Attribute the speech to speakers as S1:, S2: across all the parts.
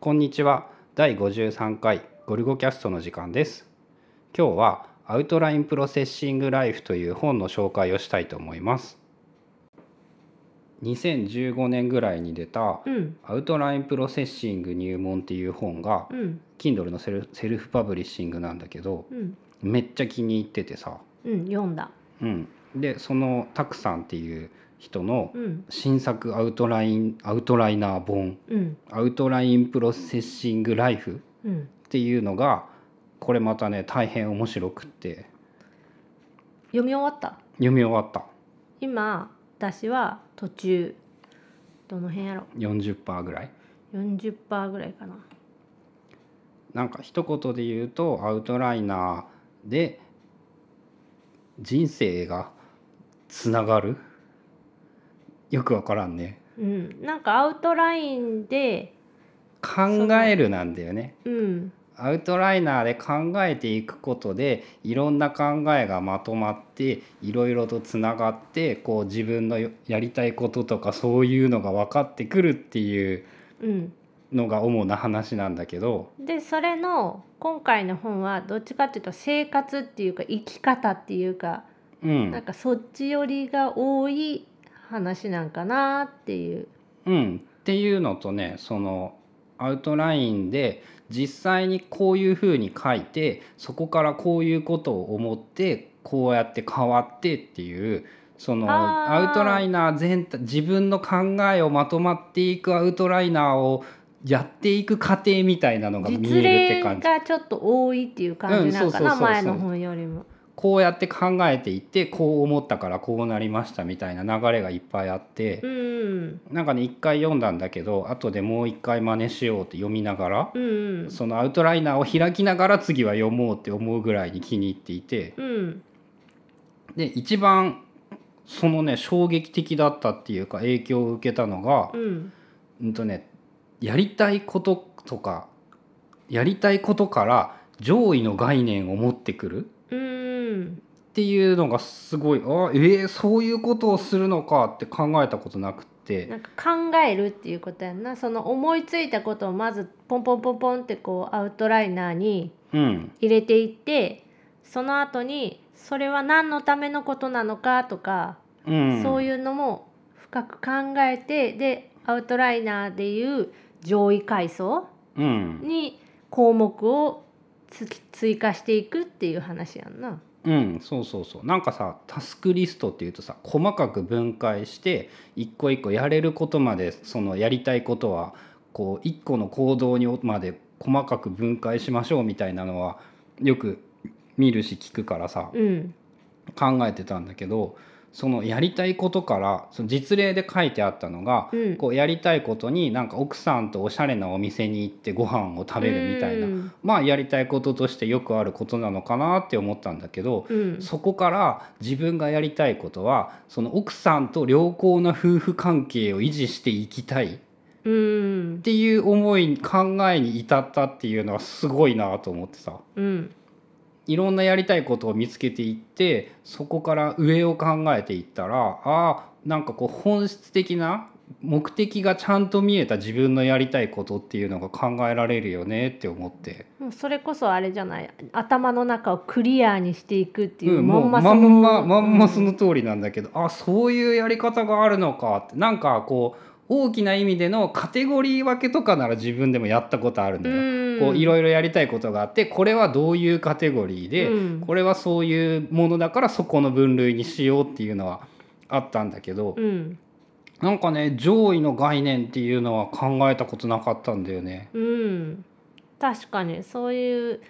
S1: こんにちは第53回ゴルゴキャストの時間です今日はアウトラインプロセッシングライフという本の紹介をしたいと思います2015年ぐらいに出た
S2: うん
S1: アウトラインプロセッシング入門っていう本が
S2: うん
S1: Kindle のセルセルフパブリッシングなんだけど
S2: うん
S1: めっちゃ気に入っててさ
S2: うん読んだ
S1: うんでそのタクさんっていう人の
S2: うん
S1: 新作アウトラインアウトライナー本
S2: うん
S1: アウトラインプロセッシングライフ
S2: うん
S1: っていうのがこれまたね大変面白くって
S2: 読み終わった
S1: 読み終わった
S2: 今私は途中どの辺やろ
S1: 40%ぐらい
S2: 40%ぐらいかな
S1: なんか一言で言うとアウトライナーで人生がつながるよくわからんね
S2: うんなんかアウトラインで
S1: 考えるなんだよね
S2: うん
S1: アウトライナーで考えていくことでいろんな考えがまとまっていろいろとつながってこう自分のよやりたいこととかそういうのが分かってくるっていう
S2: うん
S1: のが主な話なんだけど
S2: でそれの今回の本はどっちかっていうと生活っていうか生き方っていうか
S1: う
S2: なん
S1: ん、
S2: かそっち寄りが多い話なんかなっていう
S1: うん、っていうのとねそのアウトラインで実際にこういうふうに書いてそこからこういうことを思ってこうやって変わってっていうその
S2: あー
S1: アウトライナー全体自分の考えをまとまっていくアウトライナーをやっていく過程みたいなのが見え
S2: 実
S1: るって
S2: 例
S1: 感じ。
S2: がちょっと多いっていう感じなんかな
S1: うんそうそうそうそう
S2: 前の本よりも。
S1: こうやって考えていってこう思ったからこうなりましたみたいな流れがいっぱいあって。
S2: うん
S1: なんかね一回読んだんだけど後でもう一回真似しようって読みながら、
S2: うん
S1: そのアウトライナーを開きながら次は読もうって思うぐらいに気に入っていて
S2: うん
S1: で一番そのね衝撃的だったっていうか影響を受けたのが
S2: う、ん
S1: うんとね、やりたいこととかやりたいことから上位の概念を持ってくる
S2: うん
S1: っていうのがすごいあえーそういうことをするのかって考えたことなくって。
S2: なんか考えるっていうことやんなその思いついたことをまずポンポンポンポンってこうアウトライナーに
S1: うん
S2: 入れていってその後にそれは何のためのことなのかとか、
S1: うん、
S2: そういうのも深く考えてでアウトライナーでいう上位階層
S1: うん、
S2: に項目をつき追加していくっていう話やんな。
S1: うんそうそうそうなんかさタスクリストっていうとさ細かく分解して一個一個やれることまでそのやりたいことはこう一個の行動にまで細かく分解しましょうみたいなのはよく見るし聞くからさ
S2: うん
S1: 考えてたんだけどそのやりたいことからその実例で書いてあったのが、
S2: うん
S1: こうやりたいことになんか奥さんとおしゃれなお店に行ってご飯を食べるみたいな、
S2: うん
S1: まあやりたいこととしてよくあることなのかなって思ったんだけど、
S2: うん
S1: そこから自分がやりたいことはその奥さんと良好な夫婦関係を維持していきたいっ
S2: うん
S1: ていう思い考えに至ったっていうのはすごいなと思ってさ
S2: うん
S1: いろんなやりたいことを見つけていってそこから上を考えていったらあーなんかこう本質的な目的がちゃんと見えた自分のやりたいことっていうのが考えられるよねって思って。
S2: もうそれこそあれじゃない頭の中をクリアにしていくっていう、
S1: うん、もうま
S2: その
S1: んままんまその
S2: うん
S1: 通りなんだけど、あそういうやり方があるのかってなんかこう大きな意味でのカテゴリー分けとかなら自分でもやったことあるんだよ。こういろいろやりたいことがあってこれはどういうカテゴリーで、
S2: うん
S1: これはそういうものだからそこの分類にしようっていうのはあったんだけど、
S2: うん
S1: なんかね上位の概念っていうのは考えたことなかったんだよね。
S2: うん確かにそういう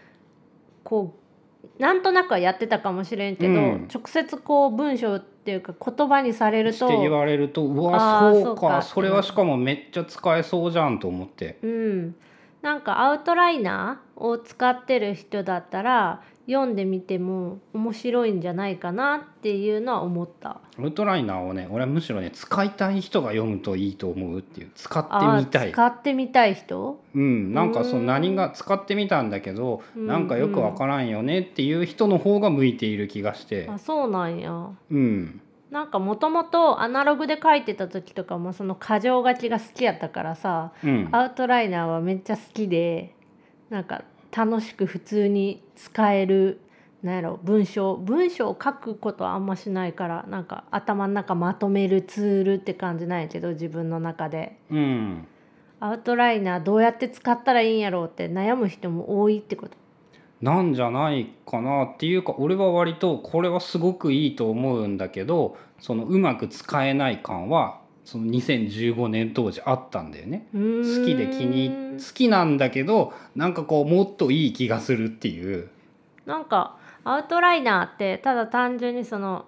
S2: こうなんとなくはやってたかもしれんけど、
S1: うん
S2: 直接こう文章っていうか言葉にされる
S1: して
S2: と
S1: 言われるとうわ
S2: あー
S1: そう
S2: そうか
S1: かそれはしかもめっちゃ使えそうじゃんと思って。
S2: うん、なんかアウトライナーを使ってる人だったら読んでみても面白いんじゃないかなっていうのは思った。
S1: アウトライナーをね俺はむしろね使いたい人が読むといいと思うっていう使
S2: あ
S1: ってみた
S2: ー
S1: い
S2: 使ってみたい人
S1: うんなんかそう
S2: ー
S1: の
S2: ん
S1: 何が使ってみたんだけど
S2: うん
S1: なんかよくわからんよねっていう人の方が向いている気がして
S2: あそうなんや。
S1: うん
S2: なんかもともとアナログで書いてた時とかもその箇条書きが好きやったからさ、
S1: うん、
S2: アウトライナーはめっちゃ好きでなんか楽しく普通に使えるなんやろ文章文章を書くことはあんましないからなんか頭の中まとめるツールって感じなんやけど自分の中で
S1: うん、
S2: アウトライナーどうやって使ったらいいんやろうって悩む人も多いってこと。
S1: なんじゃないかなっていうか俺は割とこれはすごくいいと思うんだけどそのうまく使えない感はその2015年当時あったんだよね。好
S2: 好
S1: きで気に好きなんだけどなんかこうもっといい気がするっていう。
S2: なんかアウトライナーってただ単純にその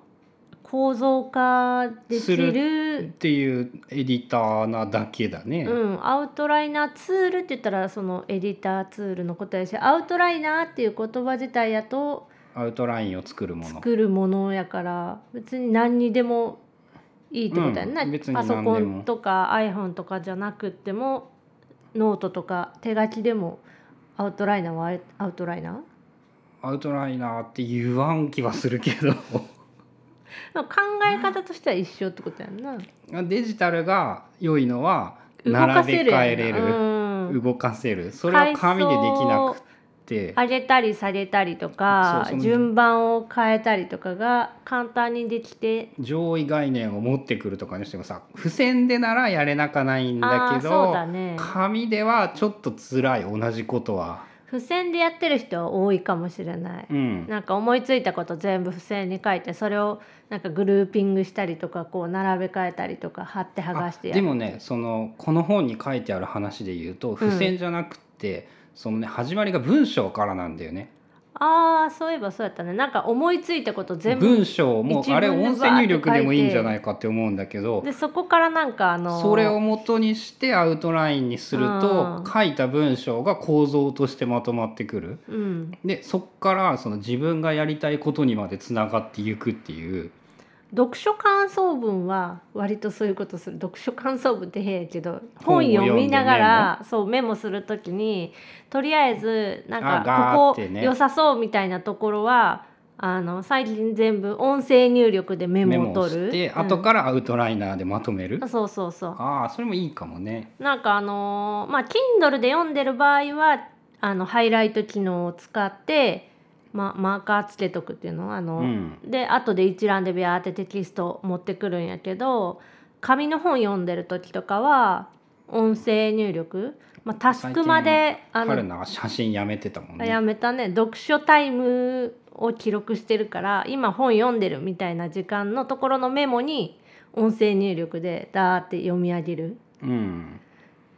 S2: 構造化できる
S1: すっていうエディターなだけだね。
S2: うん、アウトライナーツールって言ったらそのエディターツールのことやしアウトライナーっていう言葉自体やと
S1: アウトラインを作るもの。
S2: 作るものやから別に何にでもいいってことやんな、
S1: うん別に
S2: パ
S1: 何で
S2: ソ
S1: も
S2: コンとか iPhone とかじゃなくってもノートとか手書きでもアウトライナーはアウアウトライナー
S1: アウトライナーって言わん気はするけど
S2: なんか考え方としては一緒ってことやんな。
S1: デジタルが良いのは
S2: 動かせ
S1: 並
S2: る
S1: べ
S2: やんな
S1: 替えれる。
S2: うん、
S1: 動かせるそれは紙でできなくって
S2: 上げたり下げたりとか
S1: そうその
S2: 順番を変えたりとかが簡単にできて
S1: 上位概念を持ってくるとかにしてもさ付箋でならやれなかないんだ
S2: あー
S1: け
S2: そう
S1: ど
S2: だね
S1: 紙ではちょっと辛い同じことは。
S2: 付箋でやってる人は多いかもしれない、
S1: うん
S2: なんか思いついたこと全部付箋に書いてそれをなんかグルーピングしたりとかこう並べ替えたりとか貼って剥がし
S1: あ
S2: てや
S1: で
S2: る
S1: もねそのこの本に書いてある話で言うと付箋じゃなくて、そのね始まりが文章からなんだよね。
S2: ああそういえばそうやったねなんか思いついたこと全部
S1: 文章も
S2: 一文
S1: あれ
S2: で
S1: 音声入力でもいいんじゃ
S2: バー
S1: ないかって思うんだけど
S2: でそこからなんかあの
S1: それを元にしてアウトラインにする
S2: う
S1: と
S2: ん
S1: 書いた文章が構造としてまとまってくる。
S2: うん
S1: でそっからその自分がやりたいことにまでつながっていくっていう
S2: 読書感想文は割とそういうことする読書感想文って変やけど本読みながらそうメモするときにとりあえずなん
S1: あガー
S2: か
S1: っ
S2: ここ
S1: てね
S2: 良さそうみたいなところはあの最近全部音声入力でメ
S1: メモ
S2: モを
S1: を
S2: 取る。
S1: して、
S2: うん
S1: 後からアウトライナーでまとめる、
S2: そうそうそう
S1: ああそれもいいかもね
S2: なんかあのーまあ Kindle で読んでる場合はあのハイライト機能を使って、まあ、マーカーつけとくっていうのあの、
S1: うん
S2: で後で一覧でビャーってテキスト持ってくるんやけど紙の本読んでる時とかは音声入力、まあ、タスクまであ
S1: 春
S2: の
S1: 菜は写真やめてたもんね
S2: やめたね読書タイムを記録してるから今本読んでるみたいな時間のところのメモに音声入力でダーって読み上げる。
S1: うん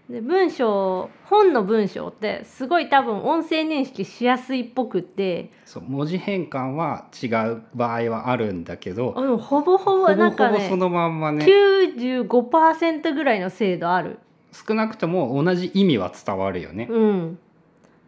S2: で文章本の文章ってすごい多分音声認識しやすいっぽくって
S1: そう文字変換は違う場合はあるんだけ
S2: あ
S1: ど
S2: のほぼ
S1: ほ
S2: ほぼ
S1: ぼ
S2: なんか
S1: ほぼ
S2: ね
S1: そのまんまね
S2: 95%ぐらいの精度ある。
S1: 少なくとも同じ意味は伝わるよね、
S2: うん、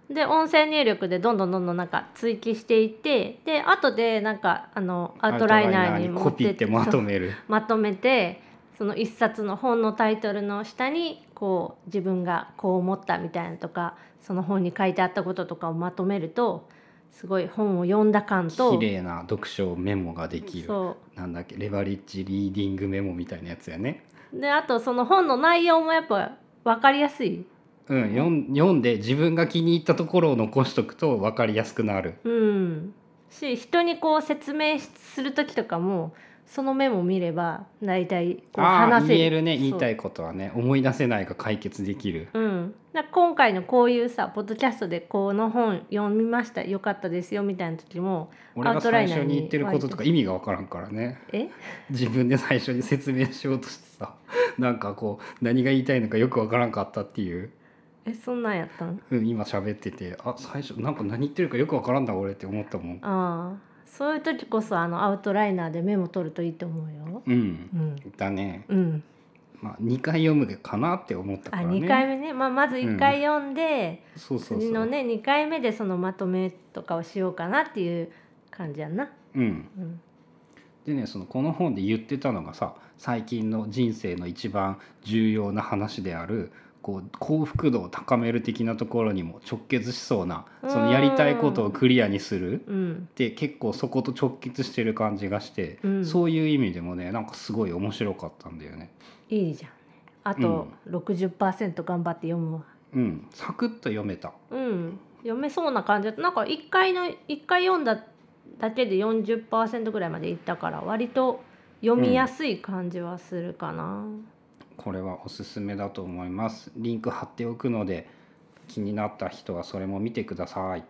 S2: で音声入力でどんどんどんどんなんか追記していってで後でなんかあのアウトライナー
S1: アウトライナー
S2: に
S1: に
S2: 持
S1: コ
S2: って
S1: ピーってま
S2: そう
S1: とめ る
S2: まとめてその一冊の本のタイトルの下にこう自分がこう思ったみたいなのとかその本に書いてあったこととかをまとめるとすごい本を読んだ感と
S1: 綺麗な読書メモができる
S2: そ
S1: なんだっけレバリッジリーディングメモみたいなやつやね
S2: うであとその本の内容もやっぱ分かりやすい。
S1: うん、読ん読んで自分が気に入ったところを残しとくと分かりやすくなる。
S2: うん、し人にこう説明しする時とかもそのメモ見れば大体こう
S1: ああ
S2: 話せ
S1: 言えるね言い
S2: そう
S1: たいことはね思い出せないが解決できる。
S2: うん、だから今回のこういうさポッドキャストでこの本読みましたよかったですよみたいな時も
S1: 俺
S2: ア
S1: が
S2: ウトラ
S1: 最
S2: イナー
S1: 初
S2: に
S1: に言ってることとか意味が分からんからね
S2: え
S1: 自分で最初に説明しようとしてさ なんかこう何が言いたいのかよく分からんかったっていう、
S2: えそんなんやったん
S1: うん、今喋っててあ最初なんか何言ってるかよく分からんだ俺って思ったもん。
S2: ああそういう時こそあのアウトライナーでメモ取るといいと思うよ。
S1: うん
S2: うん
S1: だね、
S2: うん、
S1: まあ、2回読むかなって思ったか
S2: あ
S1: らね。
S2: 2回目ね、まあ、まず1回読んで、
S1: そうそう
S2: 次
S1: そ
S2: の
S1: う、
S2: ね2回目でそのまとめとかをしようかなっていう感じやな。
S1: うん
S2: うん、
S1: でねそのこの本で言ってたのがさ最近の人生の一番重要な話であるこう幸福度を高める的なところにも直結しそうな
S2: うん
S1: そのやりたいことをクリアにするっ
S2: うん
S1: て結構そこと直結してる感じがして、
S2: うん
S1: そういう意味でもねなんかすごい面白かったんだよね。
S2: いいじゃんねあと60%頑張って読むわ
S1: うん、サクッと読めた。
S2: うん読めそうな感じだったなんか1回の一回読んだだけで40%ぐらいまでいったから割と読みやすい感じはするかな、
S1: これはおすすめだと思います。リンク貼っておくので気になった人はそれも見てください。